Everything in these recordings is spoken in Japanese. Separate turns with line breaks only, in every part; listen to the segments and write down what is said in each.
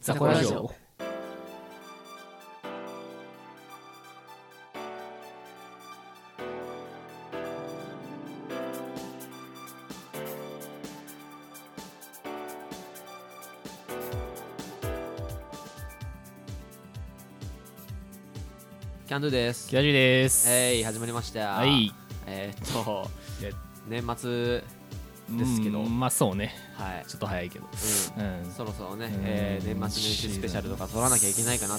ザコラジオ。キャンドゥです。
キャジュです。
えい、始まりました。
はい。
えーっと
や、
年末、ですけど
うんまあそうね。
はい。
ちょっと早いけど。
う
うん。
そろそろね、
うん
えー年末年始スペシャルとか撮らなきゃいけないかなっ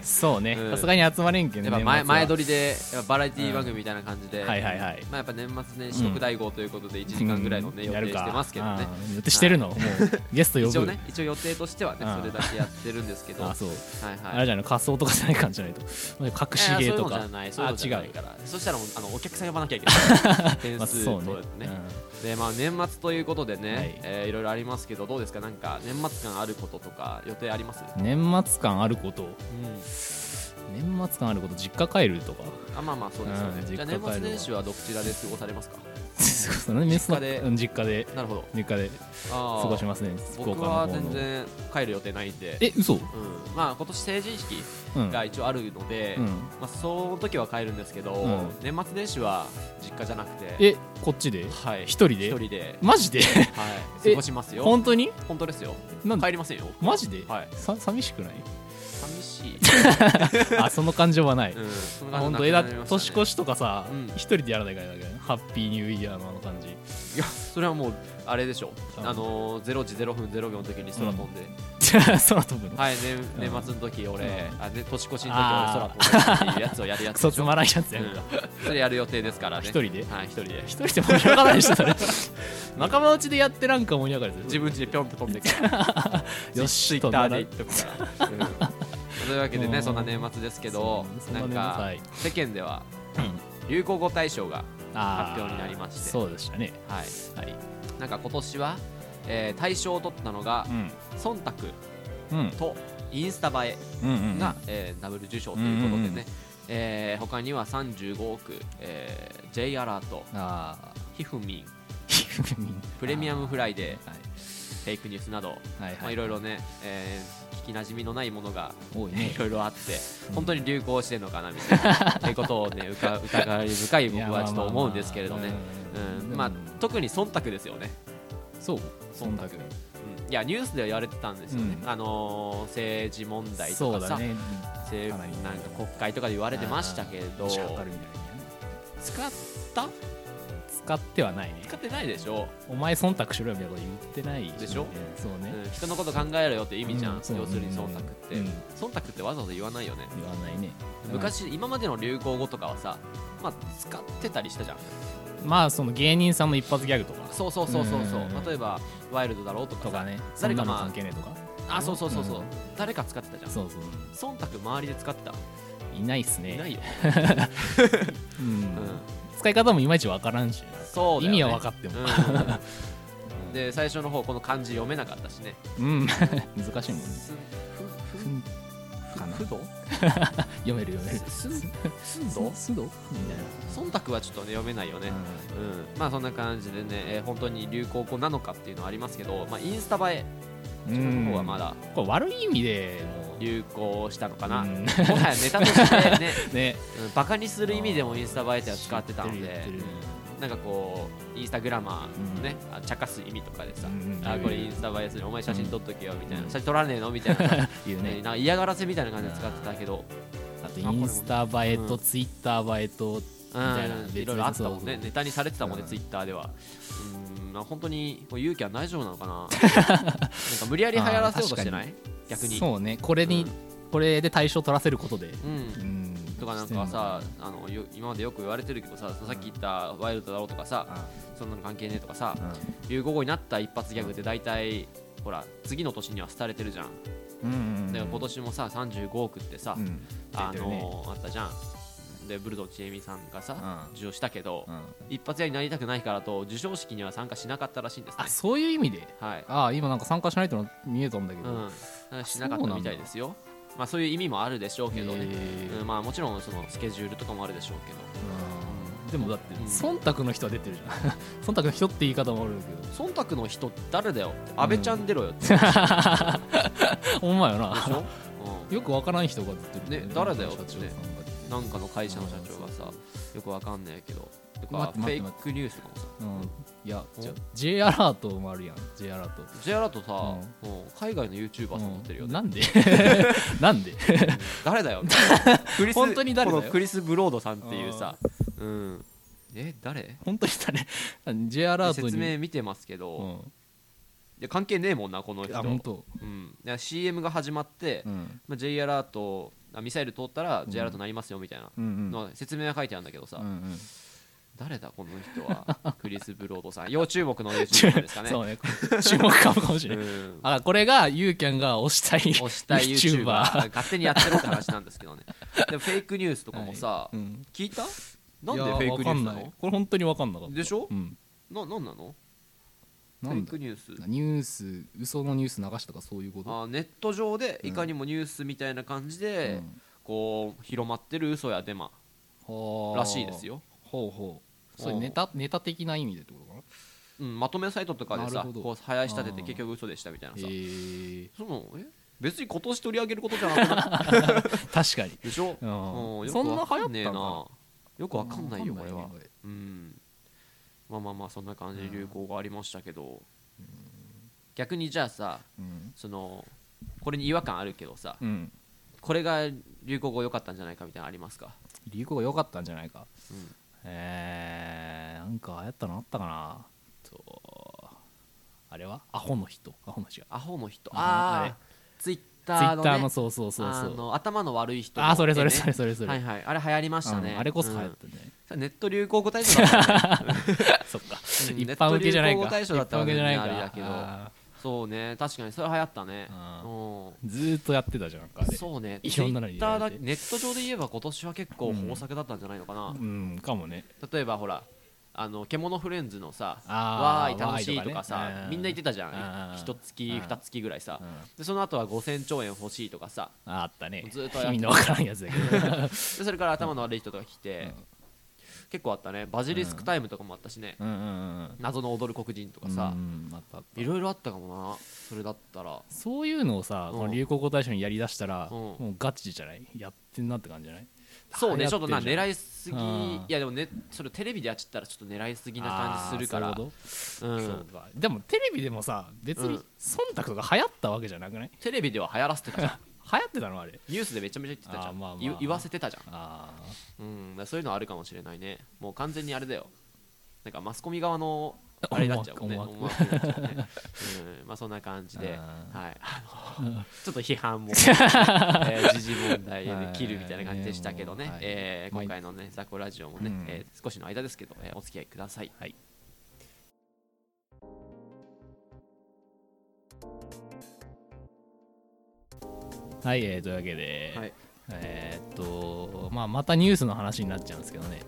そうね
う。ん
さすがに集まれんけど
や
ね。
っぱ
年末
前
は
前撮りでやっぱバラエティ番組みたいな感じで、
はいはいはい
まあ、やっぱ年末年始特大号ということで1時間ぐらいの、ね
うん
予定してますけど
や
ね
るか。あー予定してるのもうゲスト呼ぶ。
一応ね一応予定としてはね
うん
それだけやってるんですけ ど
あー
は
そう。
い
あ
は
れ
い
じゃないの仮装とかじゃない感じじゃないと。隠し芸とか。
いやいやそういうのじゃないそういうのじゃ
あ
な
違。
いうからそしたらもうあのお客さん呼ばなきゃいけない 点
まあ
数
そ
と
うね。う
ね
ん
でまあ年末ということでね、
はい
いえーいろいろありますけどどうですかなんか年末感あることとか予定あります、
年末感あること。
うん、
年末感あること。実家帰るとか。
あまあまあそうですよね、
うん
じゃあ
実家帰
年
るわ
末年始はどちらで過ごされますか
そうね
実家で
うん実家で
なるほど
実家で
あー
過ごしますね。福
僕
岡の方
は
の。
全然帰る予定ないんで
え嘘。
うん、まあ今年成人式
うん。
が一応あるので、
うん
まあ、その時は帰るんですけど、
うん
年末年始は実家じゃなくて
えこっちで。
はい、
一人で
一人で、
マジで
はい、
え
過ごしますよ
本当に
本当ですよ
なん
帰りませんよ
マジで、
はい
さ寂しくない
寂しい、
あその感情はない、
うん、そんな
本
感
当
じ
え
にな
だ
くなりましたね
年越しとかさ
うん
一、人でやらないからだけどねハッピーニューイヤーのあの感じ
いやそれはもうあれでしょ
うん
あのー、0時0分0秒の時に空飛んで、
空飛ぶの、
はい、ね、年末の時俺、あね、年越しの時俺空飛んでっていうやつをやるや
ク
つ
ソ
で
つ
しょ
まらんやつや
うん
るか、
それやる予定ですからね
一人で
はい一人で
一人で盛り上がらないでしょそ れ仲間内でやってなんか盛り上がる
自分家でぴょんと飛んでくる
よし
ツイッターで言っとくから、う んというわけで
う
ね
ん
そんな年末ですけど
そん
な
なん
か
年
世間では
末うん
流行語大賞が、
あー
発表になりまして
そうでしたね
はい、
はい
なんか今年は、えー大賞を取ったのが
うん
忖度
うん
とインスタ映え
うんうん
が、えーダブル受賞ということ
うん
でね、
うんうん
えー他には35億、えー J アラート
あ
ひふみ
ー
ん プレミアムフライデー
はい
フェイクニュースなど、
はい
まあ、
はい
いろいろね、えー聞きなじみのないものが
多いね
いろいろあって、本当に流行してるのかなみたい なってことをね、うか疑い深い僕はちょっと思うんですけれどね、うんまあ特に忖度ですよね、
そう
忖度うんいや、ニュースでは言われてたんですよね、
うん
あのー政治問題
そ
と
う
かさ、
だね
政
かなり
なんか国会とかで言われてましたけど、
仕
使
方あるみたい
った
な使ってはないね
使ってないでしょ、
お前忖度しろよみたいなこと言ってない
でしょ
うんそう
う
ね
ん人のこと考えろよって意味じゃん、
うんそう
要するに忖度って、
うん
忖度ってわざわざ言わないよね。
言わないね
昔、今までの流行語とかはさ、まあ、使ってたりしたじゃん
うんまあその芸人さんの一発ギャグとか
そうそうそうそうそう
うんうんうん
例えばワイルドだろうとか
と
さ
かね
誰
そ
か
んな
まあ
の関係ねえとか
あそうそうそうそう、
うん
誰か使ってたじゃん
そうそう
忖度周りで使ってた
いないっすね
いないよ、
うん
うん、
使い方もいまいちわからんし
そうだ
意
よ、ね、
味は分かっても
うんで最初の方この漢字読めなかったしね
うん 難しいもんね
すふ
ふんかな
ふふど
読める読める
すすん
ど
ど
う すどみたいな
忖度はちょっとね読めないよね、うんまあそんな感じでね、えー本当に流行語なのかっていうのはありますけど、まあ、インスタ映え
う
それの
ん
方はまだ
これ悪い意味でも
流行したのかな、
う
も
ん
はやネタとして ね、
ね
うんバカにする意味でもインスタ映えっては使ってたの
知
で
ってる知ってる
なんかこうインスタグラマーのね、あ茶化す意味とかでさ、
うんうん
あこれインスタ映えするお前写真撮っとけよみたいな、
うん
写真撮らねえのみたいな,、ね、
言う
なん
ね
か嫌がらせみたいな感じで使ってたけど、
あとインスタ映えとツイッター映えと
う
たいな別
ん、
に
いろいろあったもん
そうそ
ね
う
ネタにされてたもんね、ツイッターではうんまあ本当にこう勇気は大丈夫なのか ななんか無理やり流行らせようとしてない逆に
そうねこれに
うん
これで対象取らせることで
う
うんん
とかなんかさあのよ今までよく言われてるけどささっき言ったワイルドだろうとかさそんなの関係ねえとかさ流行語になった一発ギャグって大体ほら次の年には廃れてるじゃん
うんうん
だから今年もさ35億ってさ、
うん
あ
出てるね
のーあったじゃんでブルドちえみさんがさ、
うん
受賞したけど、
うん
一発屋になりたくないからと授賞式には参加しなかったらしいんですね
あそういう意味で
はい、
ああ今なんか参加しないとの見えたんだけ
う
ど
ん、なんかしなかったみたいですよまあそういう意味もあるでしょうけど
へ
ね、
ー
うんまあもちろんそのスケジュールとかもあるでしょうけど
うんでもだって
うん
忖度の人は出てるじゃん 忖度の人って言い方もあるけど
忖度の人誰だよって安倍ちゃん出ろよって、
ほんまやな
でしょ、
よくわからん人がずっと言って
ね誰だよ
社長さんが
ねうん、なんかの会社の社長がさよくわかんないけどとか
待
フェ
って待って
イクニュースとかもさ
うんいや
お
じゃ J アラートもあるやん J アラート
J アラートさ、もう海外の YouTuber さん持ってるよ
うん
ね、
なん でなんで
誰だよみたいな クリス
本当に誰だよ
このクリス・ブロードさんっていうさ、うん、え誰
本当に 誰 J アラートに
説明見てますけど、
う
い
ん
や関係ねえもんなこの人
あ本当
うん、いや CM が始まって、
うん
まあ、J アラートあミサイル通ったら
うん
J アラートなりますよみたいな、
うんうん
の説明が書いてあるんだけどさ、
うんうん
誰だこの人は クリス・ブロードさん要注目の YouTuber ですかね
そうね注目かもかもし
う
れない
ん
あこれがユーキャンが推したい
押したい YouTuber が勝手にやってろって話なんですけどねでもフェイクニュースとかも さ、
はいうん
聞いたなんで
い
フ
や
ェイクニュース
わ
な
かんい
の
これ本当に分かんなかった
でしょ
うん
ななんなのフ
な
ェイ
んだ
クニュース
ニュース嘘のニュース流したとかそういうこと
あネット上でいかにもニュースみたいな感じで、こう広まってる嘘やデマ
うん
らしいですよ、
ほうほうそれ
うん
ネタネタ的な意味でってことかな
うん、まとめサイトとかで
な
さ
るほど
こう林立てて
あー
結局嘘でしたみたいなさ
へえ
そのえ別に今年取り上げることじゃなくない
確かに
でしょ、
うん
うん、よ
そん
く
な流行
わ
ったんか
か
な
んねえなよくわかんないよ
わ
これは
ねこ
うんまあまあまあそんな感じで流行がありましたけど、逆にじゃあさ
うん
そのこれに違和感あるけどさ、
うん
これが流行語良かったんじゃないかみたいなのありますか
流行が良かったんじゃないか
うん
えーなんか流行ったのあったかなとあれはアホの人アホの人
アホの人
ああれ
ああツイッタ
ツイ
ー
ッ
の,、
タ
ね
ーのそうそうそう
あ
そう
の頭の悪い人の
あそれそれ
絵ね
それそれそれ
はいはいあれ流行りましたね、
うんあれこそ流行
う
っ
ん
たね
それネット流行語大賞だ ったね
そっか
うん
一般受けじゃないか
ネット流行語大賞だったわけ
一
じ
般受けじゃ
ゃな
ないい
から
か
あれだけど
あ
そうね確かにそれ流行ったね
う
う
ーずーっとやってたじゃんなんかあ
ん
れ
そう ね
いろんなの
Twitter
に入れ
だ
て
ネット上で言えば今年は結構豊作だったんじゃないのかな、
うんかもね
例えばほらあの獣フレンズのさ「わ
あ
ー
ー
い楽しい」とか
わーい
さ
とかねうん
みんな言ってたじゃ
うん
ん一月
うん
二月ぐらいさ
うん
でその後は5000兆円欲しいとか さ
ああったね
ずーっとやってた
意味のわからんやつだけど
でそれから頭の悪い人とか来て
うん
結構あったねバジリスクタイムとかもあったしね
うんうんうん
謎の踊る黒人とか
う
さ
んあったあった
いろいろあったかもなそれだったら
そういうのをさ、
うん
この流行語大賞にやりだしたら、
うん
もうガチじゃないやってんなって感じじゃない
そうねちょっとな
流行
狙
て
いすぎ
うん
いやでもねそれテレビでやっちゃったらちょっと狙いすぎ
るじゃん
な感じするから
あ
う
ーそういうんことそうかでもテレビでもさ別に
うん
忖度が流行ったわけじゃなくない、
テレビでは流行らせてたじゃん
流行ってたのあれ
ニュースでめちゃめちゃ言ってたじゃ
あーまあまあ
ん言言わせてたじゃん
あ
うん、だからそういうのはあるかもしれないね。もう完全にあれだよ。なんかマスコミ 側のあれになっちゃうもんね。
思惑
思惑になっちゃうねうん、まあそんな感じで、はい、
あ
あのちょっと 批判も、えー時事問題で切るみたいな感じでしたけどね、
はい
えー
はい
今回のね、ザコラジオもね、
うん
えー少しの間ですけど、えーお付き合いください。
はいーはい、えーというわけで、
はい
えーっと、まあ、またニュースの話になっちゃうんですけどね、
う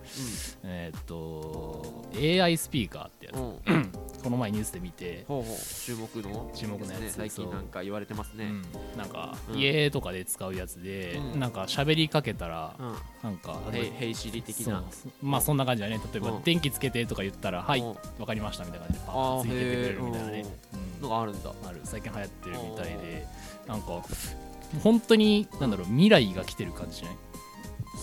えーっと AI スピーカーってやつ、
うん、ほう
この前ニュースで見て、
ほう注目の
注目のやつ
ね最近なんか言われてますね。
うんなんか、
うん
家とかで使うやつで、
うん
なんか喋りかけたら、
うん、
なんか
ヘイヘイシリ的な。
そうまあそんな感じだね例えば、
うん
電気つけてとか言ったら「はい
うん
わかりました」みたいな感じでパ
あ
ッ
ー
とついてってくれるみたいな
へ
ね
ー、
うん
のがあるんだ。
ある最近流行ってるみたいでなんか本当になんだろう未来が来てる感じしない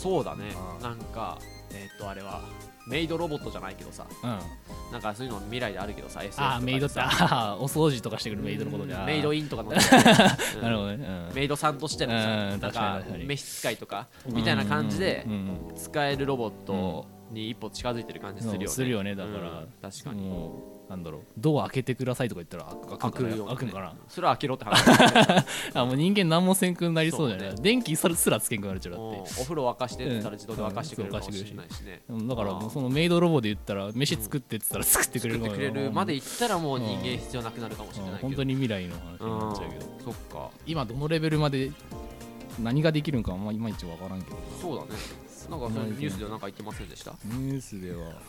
そうだね
あー
なんかえーっ、とあれはメイドロボットじゃないけどさ
うん
なんかそういうの未来であるけどさ SF とか
ああメイドってあーお掃除とかしてくるメイドのことで
うんメイド
イ
イン とかの、うん
なるほどねうん
メイドさんとしてのさ
う
なんん
確かに
か
確かに
召使いとかみたいな感じで
うんうん
使えるロボットに一歩近づいてる感じするよね、
うんするよねだから
うん確かに
もうなんだろうドア開けてくださいとか言ったらあ開くんかな開くんかな
それは開けろって話
あ もう人間何もせんくなりそうじゃない、
そうね
電気すらすらつけんくなるちゃうだ
も
っ
うお風呂沸かしてって言ったら
うん
自動で沸かしてくれるかもしれないしね、
てだから
あー
もうそのメイドロボで言ったら飯作ってって言ったら作ってくれ
作っ
る
てくれるまで
い
いったらもう人間必要なくなるかもしれないけど、
本当に未来の話になっちゃうけど、
うんそっか
今どのレベルまで何ができるんかあんまいまいちわからんけど
そうだね。なんかそのニュースではなんか言ってませんでした。
ニュースでは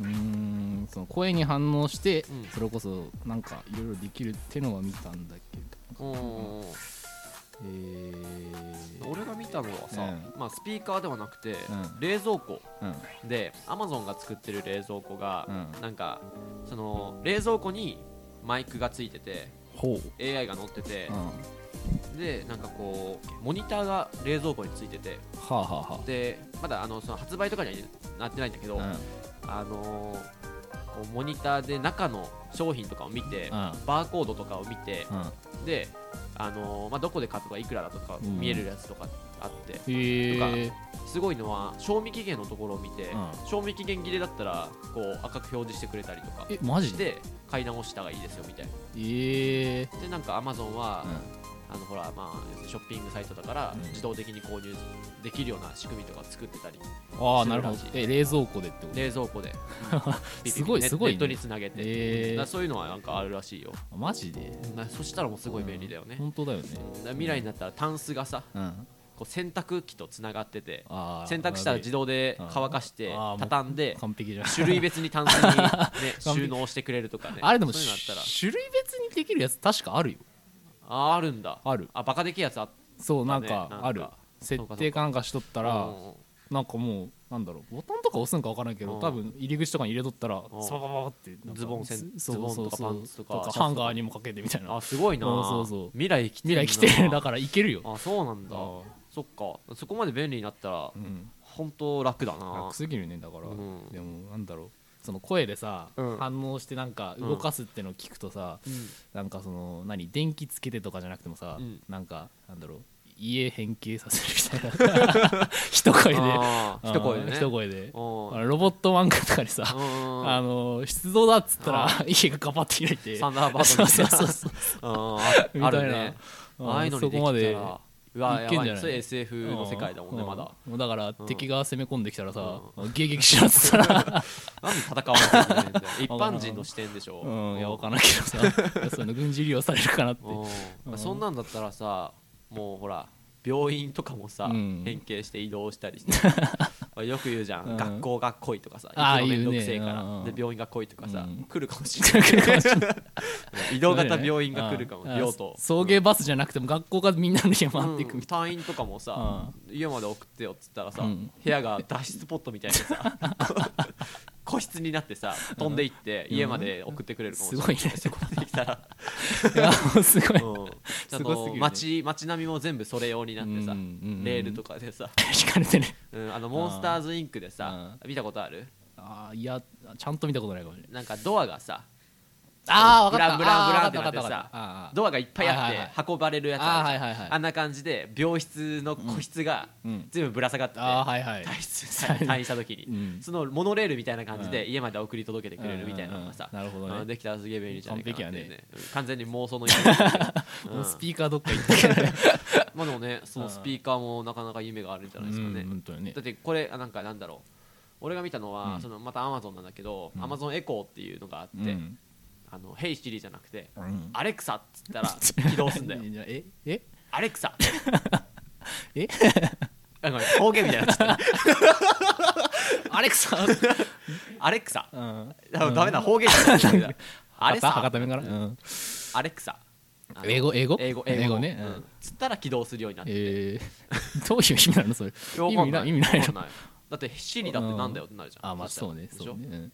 うーんその声に反応して、
うん
それこそなんかいろいろできるってのは見たんだけど
うん。
えー、
俺が見たのはさ、
う
まあスピーカーではなくて、
うん
冷蔵庫
うん
で Amazon が作ってる冷蔵庫が、
うん
なんかその冷蔵庫にマイクがついてて。
ほ
AI が載ってて
う、うんは
でなんかこうモニターが冷蔵庫についてて
あはあは
でまだあのその発売とかにはなってないんだけど、
あ
あのーこうモニターで中の商品とかを見
う
て、
ん
バーコードとかを見て、
うんうん
で、あのーまあ、どこで買ったとかいくらだとか
うん
見えるやつとかあって、
へえ
すごいのは賞味期限のところを見て、
うん
賞味期限切れだったらこう赤く表示してくれたりとか
えマジで
で買い直したがいいですよみたいな
ええ
でなんかアマゾンは、
う
あのほらまあ要するにショッピングサイトだから
うん
自動的に購入できるような仕組みとか作ってたり
んああなるほど
素晴らし
え冷蔵庫でってこと
冷蔵庫でピピ ピ
すごい
ネッ
すごいね
ネットにつなげて、
へー
だからそういうのはなんかあるらしいよ
マジで
なそしたらもうすごい便利だよね、
本当だよね
だから未来になったらタンスがさ
うん
こう洗濯機とつながってて
あー
洗濯したら自動で乾かして
うんあーもう
畳 んで
完璧じゃん
種類別にタンスに、ね、
完璧
収納してくれるとかね
あれでも
そういうのあったら
種類別にできるやつ確かあるよ
あーあるんだ
ある
あバカでけえやつあっ
そうなん
なん
か
か
ある設定かなんかしとった
た
らなんかもうなんだろうボタンとか押すんか分からんけ
う
ど
ん
多分入り口とかに入れとったら
うん
スパバババってなんか
ズボンせん
そう
ズボンとか
そうそう
パンツとかシャツとか
ハンガーにもかけてみたいな
あすごいな
うんそうそう
未来来て
未
る
来
な
来てるだからいけるよ
あそうなんだ
うん
そっかそこまで便利になったら
うん
本当楽だな
楽すぎるねだから
うん
でもなんだろうその声でさ
うん
反応してなんか動かすってのを聞くとさ
うん
なんかその何電気つけてとかじゃなくてもさ
うん
なんかなんだろう家変形させるみたいな 一声で
あー一声で
うん
ね
一声で
うん
あのロボット漫画とかでさ
うん
あの出動だっつったら家がガパッて開いて
サンダーバード
そう
みた
そ
いうな
そうそう
うんあ
み
あ
たいな
るね
うん
ああいうのにでき
そこまで
たらうわ
い
や
けん
ば
じゃない
いそれ SF の世界だもんね
う
まだ
もうだから
うん
敵が攻め込んできたらさ迎撃しろっつった ら
なんで戦わなきゃいけないんだよ 一般人の視点でしょ
うんいや分からんけど さその軍事利用されるかなって
うん
うん
そんなんだったらさもうほら病院とかもさ、
うん
変形して移動したりして よく言うじゃん、
うん
学校が来いとかさ
あー
行くのめんどくせえから、
言うねうん
で病院が来いとかさ、
うん
来るかもしれない 移動型病院が来るかも、
うん
病棟
送迎バスじゃなくても学校がみんなの家回っていく
うん
みたい
退院とかもさ、家まで送ってよっつったらさ、
うん
部屋が脱出ポットみたいな さ個室になってさ飛んでいって、
うん
家まで送ってくれるかもしれない、
すごいね
そ こまで来たら
ないやもうすごい
うんちゃん
すごすぎる
と
ね
街街並みも全部それ用になってさ、
うんうんうんうん
レールとかでさ、
引かれてね
うん、あのモンスターズインクでさ、見たことある
あーいやちゃんと見たことないかもしれない
なんかドアがさ
ああ分
ブ
かっ
ラ
た
ンブランブラ
あ
ン
ー
ってなって
わか
さ
たわかったあー
ドアがいっぱいあ
は
っ
いはい
て運ばれるやつあるじゃ
あ
ん
ーはいはいはい
あんな感じで病室の個室が
うん
全部ぶら下がってて、
あーはいはい
退出 退院した時に、
うん
そのモノレールみたいな感じ
う
で家まで送り届けてくれるみたいなのがさ、
うんうんうんなるほどね
あできたらすげえ便利じゃないかなっていうね
完璧
うん完全に妄想の夢だけど
もう
うん
スピーカーどっか行ったけ どね
まあでもねそのスピーカーもなかなか夢があるんじゃないですかね、
うん本当にね
だってこれあなんかなんだろう俺が見たのは、
うん
そのまたアマゾンなんだけど、
ん
アマゾンエコーっていうのがあって、
うん
あのヘイシリじゃなくて、
うん
アレクサっつったら 起動すんだよ
いやええ
アレクサ
え
あごめん方言みたいになっちゃ った
アレクサ
アレクサ
うん
あダメだ方言じゃないんだ ア
博多
レサ
博多弁からうん
アレクサあの
英語英語
英語英語
ね
うんつったら起動するようになって
えーどういう意味なのそれ
わ
意
かん
味な意味ない
わか
の
んないだってシリだってなんだよってなるじゃん
あまあ
したら
そうね
でし
そ
ょ
うねうん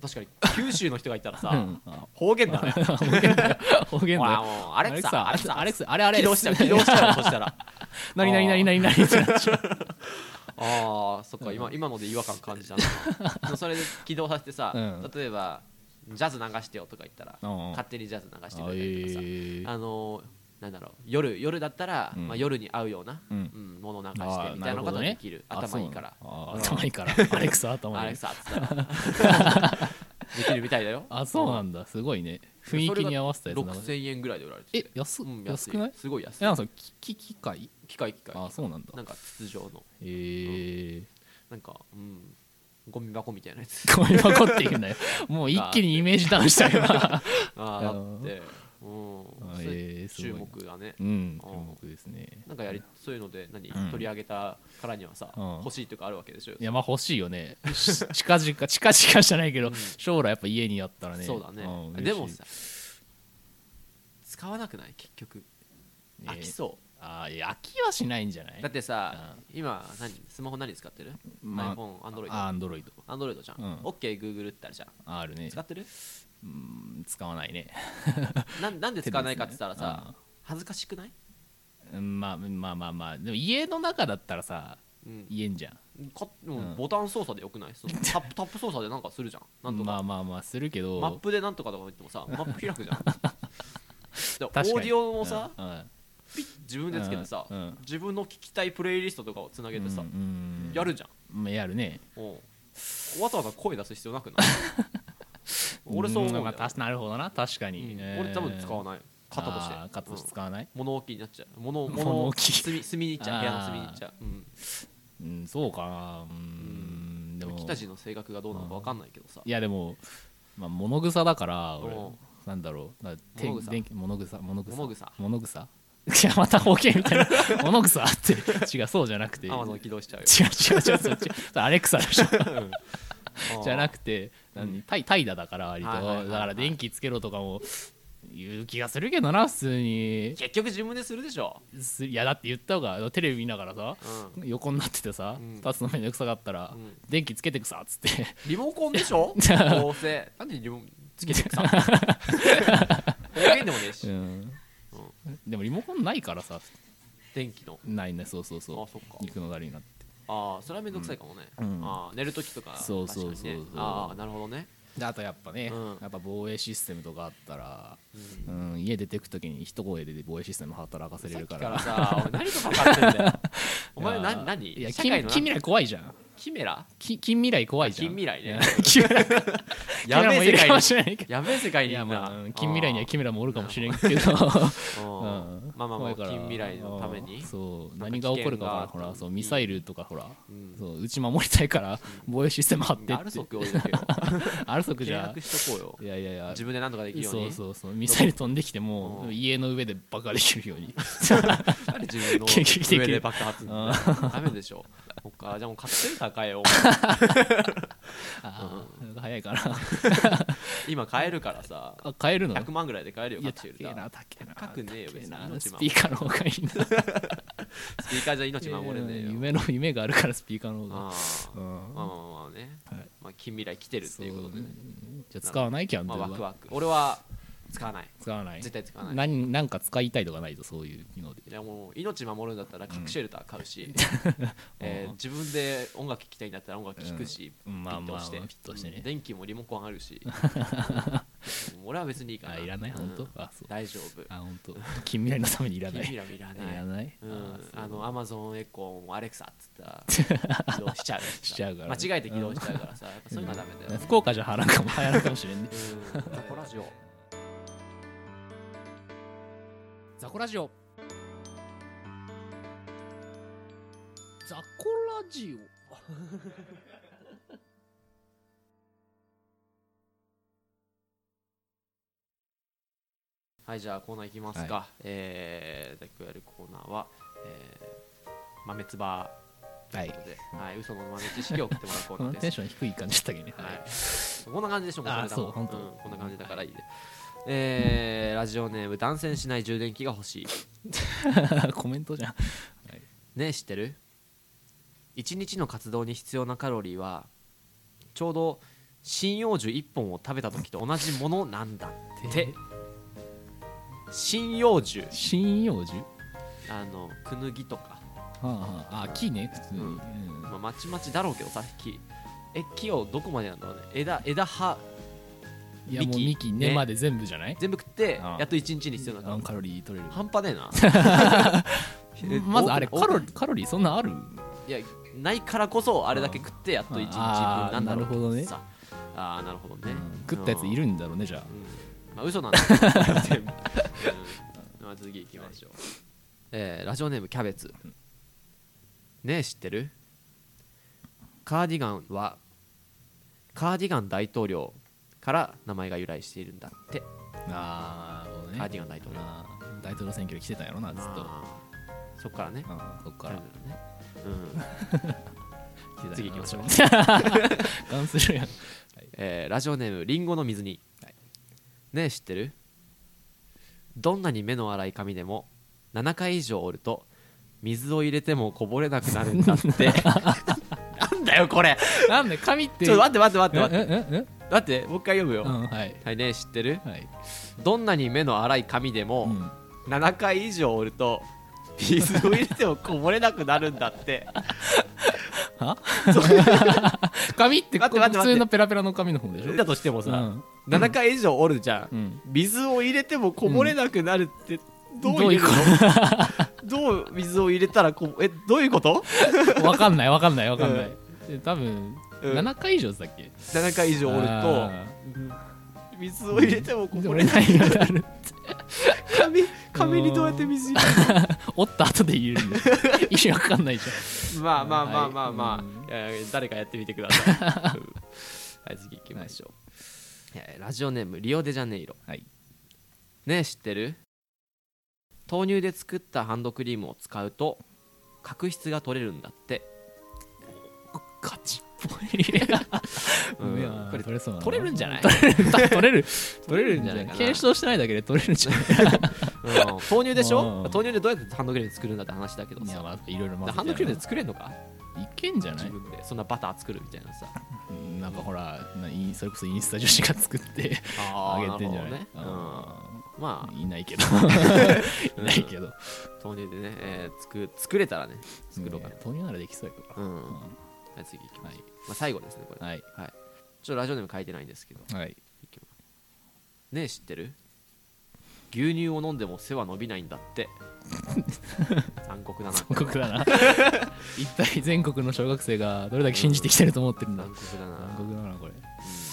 確かに九州の人がいたらさ、
うん
方言だね
方言だよ方言だ
わあ
よ
もうアレクサ
ア
ア
レク
レク
サ
サ
アレクサあれあれ
起動しちゃう起動し ちゃうそしたら
何何何何何ってなっちゃう
ああそっか今今ので違和感感 じたなでもそれで起動させてさ、
うん
例えばジャズ流してよとか言ったら、
うんうん
勝手にジャズ流して
あ
くれたりとかさ、
えー
あのーなんだろう夜夜だったら、
うん
まあ、夜に合うような、
う
うんんものを流
あ
して
ー
みたいな
る
こ
ほ
と
ど
が
ね
できる頭いいから
あそうなのあー頭いいから アレクサ頭
あ
い
れ
い
さつったら できるみたいだよ
あそうなんだすごいね雰囲気に合わせたやつなの
6000円ぐらいで売られて
え
て
安,、
うん
安くない
すごい安
え
い
なんかその機機機械
機械機械
あそうなんだ
なんか筒状の
えー、
なんかうんゴミ箱みたいなや つ
ゴミ箱っていうん だよもう一気にイメージダウンしたよな
あ
あ
ー
の
あってうんそ
えー
れ
すごい
注
な
目がね
うん注目ですね
なんかやりそういうので何
うん
取り上げたからにはさ
うん
欲しいとかあるわけでしょ
いやまあ欲しいよね し近々近々じゃないけど、将来やっぱ家にあったらね
そうだね
ん嬉しい
でもさ使わなくない結局
ね
飽きそう
あーいや飽きはしないんじゃない
だってさ、今何スマホ何使ってる、
まあ
?iPhone、
あ
Android。
アンドロイド
Android じゃん。
うん
OKGoogle ってあるじゃん。
あるね
使ってる
うーん使わないね
なんなんで使わないかって言ったらさ、
うん
恥ずかしくない、
うんまあまあまあまあでも家の中だったらさ
うん、
言えんじゃん
かもううんボタン操作でよくない そのタップタップ操作でなんかするじゃんなんとか、
まあまあまあするけど
マップでなんとかとか言っ てもさマップ開くじゃんでオ
確かに
ーディオもさ、
うんうん
ピッ自分でつけてさ、
うんうん
自分の聞きたいプレイリストとかをつなげてさ、
うんうん
やるじゃん
まあやるね
おうわざわざ声出す必要 なくない俺そう思うんだよ
んまあたなるほどな確かに、
うん
えー
俺多分使わない型として
あー型として
うん
使わない、
物置になっちゃう物
物
物
置
置住み住みに行っちゃう部屋の
あー
住みに行っちゃう、うん、
うんそうかなうん、でも
北地の性格がどうなのか分かんないけどさ
いやでも、まあ、物草だから俺
うん
なんだろうだから天
物草
電気物草物草
物草
物草 いやまた方形みたいな 物草って違うそうじゃなくて違う
ア
違う
マゾン起動しちゃうよ
違う違うそっちそれアレクサでしょじゃなく
て
て何タイ怠惰だから割と
はいはいはい
だ
はい
から電気つけろとかも言う気がするけどな普通に
結局自分でするでしょ、
すいやだって言った方がテレビ見ながらさ
うん、
横になっててさ
うん
立つのめんどくさかったら
うん
電気つけてくさっつって
リモコンでし ょどうせなんでリモコンつけてくさ方言でもねえし、
うんでもリモコンないからさ
電気の
ないねそうそうそう
あそっか
肉のだりになって
ああそれはめんどくさいかもね、
うん
ああ寝るときとか
そうそうそうそう
確かにねああなるほどね、
であとやっぱね、
うん
やっぱ防衛システムとかあったら、
うん
うん、家出てく時に一声で防衛システム働かせれるから
さっきからさ、お前何とかかってん だよ。お前
いや
何何
いや
社
近近
会の
未来怖いじゃん
キメラ
き近未来怖いじゃん
近未来ね
いや近未来
やべ
も
え
い
世
る
界
かも
に。
しれないけど
やべえ世界に
い
い
や
るな
まあ近未来には
あー
キメラもおるかもしれんけど、
うんまあまあま
怖
あ
いから
近未来のため
う
に
ん。そう
なんか
何が起こるか
危険があ
は
っ
ほ
て
らそうミサイルとかほら、
うん
そううち守りたいから防衛システム張ってって
あるそくをだけよ。
あるそ くじ
契
ゃ
約しとこう
い。
よ
やいやいや
自分で何とかできるよう
そう
に。
そうそうミサイル飛んできても
うん
家の上で爆破できるように
なんで自分
研究できる
の上で爆発するんだよ ダメでしょ。そっか、じゃあもう勝手に 高えよ。
あー早いから
今買えるからさ、
あ買えるの
100万ぐらいで買えるよ、
いや
勝
高
ちより
え
な。
な高えな
高くねえよ別に
高えな
命
ス
守
ピーカーの方がいいんだ
スピーカーじゃ命守れねえよ。
夢の夢があるからスピーカーの方が
あー
うん
まあまあまあね
はい。
まあ近未来来てるっていうことでね。
じゃあ使わないキャンド
まあ、
ル
ワク
は
ワク俺は使わない
使わない
絶対使わない
何なんか使いたいとかないとそういう機能で
いやもう命守るんだったら核シェルター買うし、えー自分で音楽聴きたいんだったら音楽聴くし、
うんまあまあまあ
ピッ
ピッとしてね
うん電気もリモコンあ るしうん俺は別にいいかな
あいらない本当
うん
あそう
大丈夫
あ本当 近未来のためにいらな
君
い
らもいらない
いらない
うん
あ、そう
あのアマゾンエコーもアレクサっつっ たら起動しちゃう
しちゃうからね
間違えて起動しちゃうからさやっぱそういうのはダメだよ、
福岡じゃ払うかも払うかもしれんね
うん、ザコラジオ
ザコラジオザコラジオ
はいじゃあコーナーいきますか、えー、で今日やるコーナーは、えー、豆つば
はい
ということで、はい、嘘の豆知識を送ってもらうコーナー
テ
で
ン
す。
ション低い感じだったけどね、
は
はいい、、
こんな感じでしょ
あー
これ多分
そう本当
んこんな感じだからいいで、えー、ラジオネーム断線しない充電器が欲し い
コメントじゃん
ねえ知ってる一日の活動に必要なカロリーはちょうど針葉樹1本を食べた時と同じものなんだって針葉樹
針葉樹
あのクヌギとか
はあ、はあ、あ木ね普通に、
う
うんん
まあ、まちまちだろうけどさ木え木をどこまでなんだろうね枝枝葉
いやもう
幹
幹根
ね
まで全部じゃない、
全部食って
ああ
やっと一日に必要なカロ
あ
リー
カロリー取れる
半端ねえな え
まずあれ
多
カ
く
ロカロリーそんなある
いやないからこそあれだけ食ってやっと一日分
ああ
なんだろうけ
なるほどね
さああなるほどね、
うん食ったやついるんだろうねじゃ
うん、まあ嘘なんだけど 全部、うんまあ、次行きましょう、えーラジオネームキャベツねえ知ってるカーディガンはカーディガン大統領から名前が由来しているんだって
ああなるほどね
カーディガン大統領
あー大統領選挙に来てたんやろなずっと
あーそっからね
うんそっから
うん 次行きま しょう
ガンするやん
えーラジオネームりんごの水に、ねえ知ってるどんなに目の粗い髪でも7回以上折ると水を入れてもこぼれなくなる んだってなんだよこれ
なんで紙って
ちょっと待って待って待って待って
えええ
だってもう一回読むよ、
うんはい
はいね知ってる
はい、
どんなに目の粗い紙でも、
うん
7回以上折ると水を入れてもこぼれなくなるんだって
紙ってこ
待って待って
普通のペラペラの紙の方でしょ
だとしてもさ、
うん
7回以上折るじゃ
う
ん、
ん
水を入れてもこぼれなくなるってどう
どう
い
いうう
こ
こと
どう水を入れたらこぼえどういうこと
わかんないわかんないわかんない、で多分、
うん
7回以上だっけ
7回以上折ると
あ
水を入れてもこ
ー
ぼ
折
れ
れ
な
ないいようになる
紙紙にどうやって水入れ
折った後で入 れるんだよ意味わかんないじ
るまあまあまあまあま
は
あ、えー誰かやってみてくだ さいうんはい次行きましょう、えーラジオネームリオデジャネイロ
ゃんはい
ねえ知ってる豆乳で作ったハンドクリームを使うと角質が取れるんだって、
ガチっぽい
うん
いやー
これ
取れそうだな
取れるんじゃない、
取れる
取
取
れ
れ
る
る
ん
んじ
じゃ
ゃ
な
ないい
かな
検証してないだけで取れるんじゃない
うん豆乳でしょ
うん
豆乳でどうやってハンドクリーム作るんだって話だけど
いや
さ
まあいろいろ混ぜて
ハンドクリームで作れんのか
いけんじゃな
自
い
分でそんなバター作るみたいなさ
うんなんかほらなインそれこそインスタ女子が作ってあげてんじゃない
なるほどねうんま
うんいないけ どいないけど
あ豆乳でね、えー、作作れたらね作ろうかな、
ね豆乳ならできそうやけ
う
ど
ん、
うん
はい次いきま
は
す、
い
まあ、最後ですねこれ、
はい
ちょっとラジオネーム書いてないんですけど
はい
ねえ知ってる牛乳を飲んでも背は伸びないんだって 残酷だな
残酷 だな一体全国の小学生がどれだけ信じてきてると思ってるんだ
残酷だな
残酷だなこれ
うんい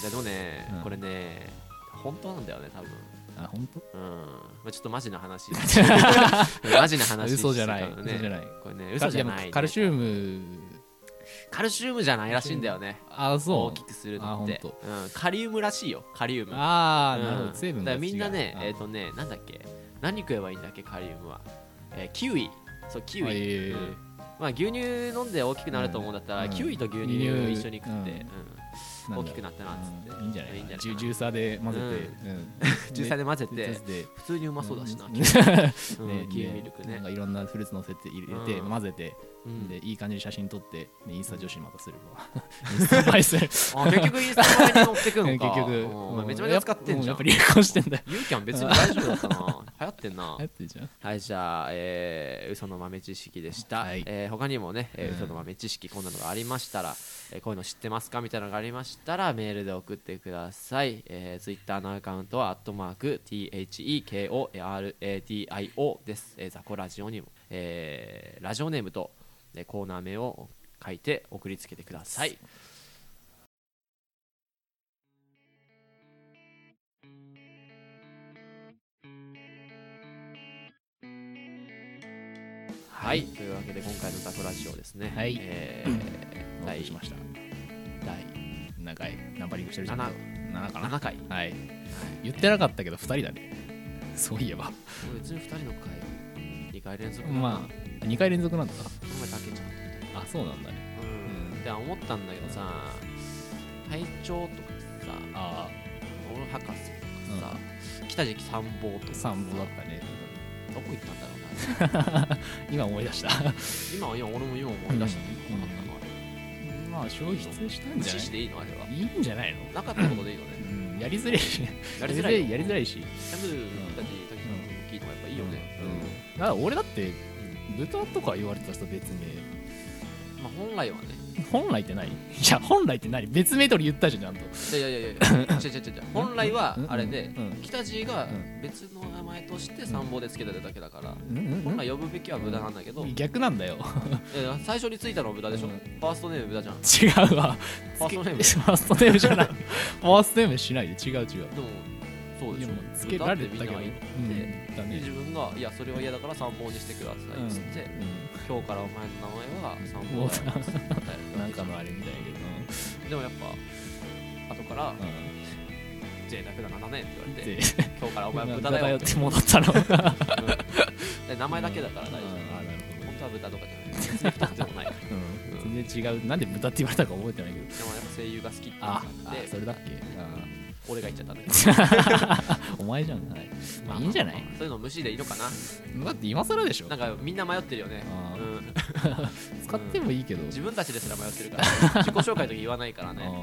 やでもね、
うん
これね本当なんだよね多分
あ本当
うん、まあ、ちょっとマジ な話マジな話
嘘じゃない
して
嘘じ
たからね
ゃない
これね嘘じゃない、
やカルシウム
カルシウムじゃないらしいんだよね
あ
大
そ
き
う
くするのっ
あ
て
ほんと、
うん、カリウムらしいよカリウム
あ
う
あ
ん
なるほど成分
だ
が
か
違
ら
う
みんなね
あ
えっ、とねなんだっけ何食えばいいんだっけカリウムは、えーキウイそうキウ
あいえい
イ、
えいえ
うんまあ、牛乳飲んで大きくなると思うんだったら、
うん
キウイと牛乳
うん
一緒に食って、
うん
うん
な
大
んだ
きくなったなっつって、
うんいいんじゃない
いいんじゃ
ジ
な
ュ
いか
ジューサーで混ぜて
な ジューサーで混ぜ
で
て
で
普通にうまそうだしな、
う
うんん
ね
キウイミルク
な
ね
んかいろんなフルーツ乗せて入れて
うん
混ぜて
うん
でいい感じに写真撮ってねインスタ女子にまたするわインスタ映えする
あ結局インスタの前に乗ってく
結
のか
局
うんめちゃめちゃ使ってんじゃ
や
ん
っぱ流行して んだよ
ユーキャン別に大丈夫 だったな流行ってんな
流行ってるじゃん
はいじゃあ、えー、嘘の豆知識でした、
はい
えー他にもね、えー
うん
嘘の豆知識こんなのがありましたら、えーこういうの知ってますかみたいなのがありましたらメールで送ってください、えー、ツイッターのアカウントは「アットマーク #THEKORADIO」です、えーザコラジオにも、えーラジオネームと、えーコーナー名を書いて送りつけてくださいはい、というわけで今回のザコラジオですね、
はい
えー
お送
第
りしました
第
何回ナンバリングしてるじゃん
七
7かな
7回
はい言ってなかったけど2人だねそういえば
俺別に2人の回2回連続だな、
まあ2回連続なんだ
この前だけじゃん
なあそうなんだね
うんで思ったんだけどさ隊長とかさ
あ
俺博士とかさ、北時期参謀と
あ
か
散歩だったね
どこ行ったんだろうな
今思い出した
今は今俺も今思い出したね、
うん
なかったのあれ
まあ消費したん
無
じゃ
視していいのあれは
ないいいんじゃないの
なかったことでいいのね
うんやりづらいし
やりづらいよ
やりづらいし
キャブたち時々聞いてもやっぱいいよね、
う
うん
んだから俺だって豚とか言われてた人別に
まあ本来はね
本来って何いや本来って何別メートル言ったじゃんちゃんと
いやいやいやいや 違う違う違う違う本来は
うん
あれで
うん
北地が
うん
別の名前として参謀で付けてただけだから本
本
来呼ぶべきは無駄なんだけど、い
逆なんだよ
や最初についたのは無駄でしょ、
うん
ファーストネーム無駄じゃん
違うわ
ファーストネー ム
ファーストネームじゃないファーストネームしないで違う違う
でもそう
で
でしょ
もつけられたけど
だってみんなが言って
うんだ
で自
ね
分が「いやそれは嫌だから参謀にしてください」っつって、今日からお前の名前は参謀だよ」っつって答え
う
る
んなんかのあれみたいだけど
でもやっぱ後から
うんうん
「J だけだなね」って言われて
で
「今日からお前は豚
豚
だ
だ
よ」
よ
っ
ってて戻った の
うんで名前だけだから大丈
うんあなるほど
夫本当は豚とかじゃない別に豚 でもないでも
うん全然違うなんで豚って言われたか覚えてないけど
やっぱ声優が好きっていうのが
あ
あ
あ
って
それだっけあ
俺が言っちゃったんだけ ど
お前じゃんはいまあいいんじゃない
そういうの無視でいいのかな
だって今更でしょ
なんかみんな迷ってるよね
あー
うん
使ってもいいけど
自分たちですら迷ってるから自己紹介の時言わないからね
あ
うん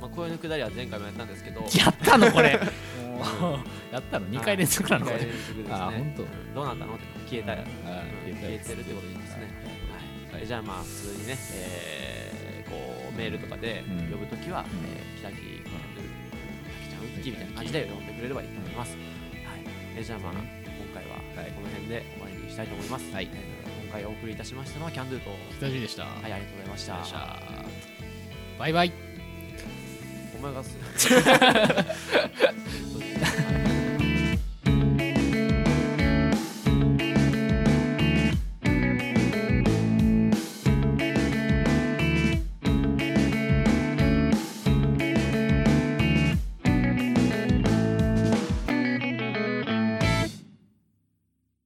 ままあ、こういうのくだりは前回もやったんですけど
やったのこ れ
もう
やったの2回連続なのこ
二
れ
回連続ですね
あ本当
うんどうなったのって消えたよ、
あ
うん消えてるってことでいいですね、はいじゃあまあ普通にね、えーこうメールとかで
うん
呼ぶときは、
ん
えー、ピタキキャンプピタキちゃんウッキーみたいな感じで呼んでくれればいいと思います、はいえーじゃあまあ今回は
はい
この辺で終わりにしたいと思います、
はい
えー今回お送りいたしましたのはキャンドゥとは
久しぶりでした、
いありがとうございました
バイバイ
お前がす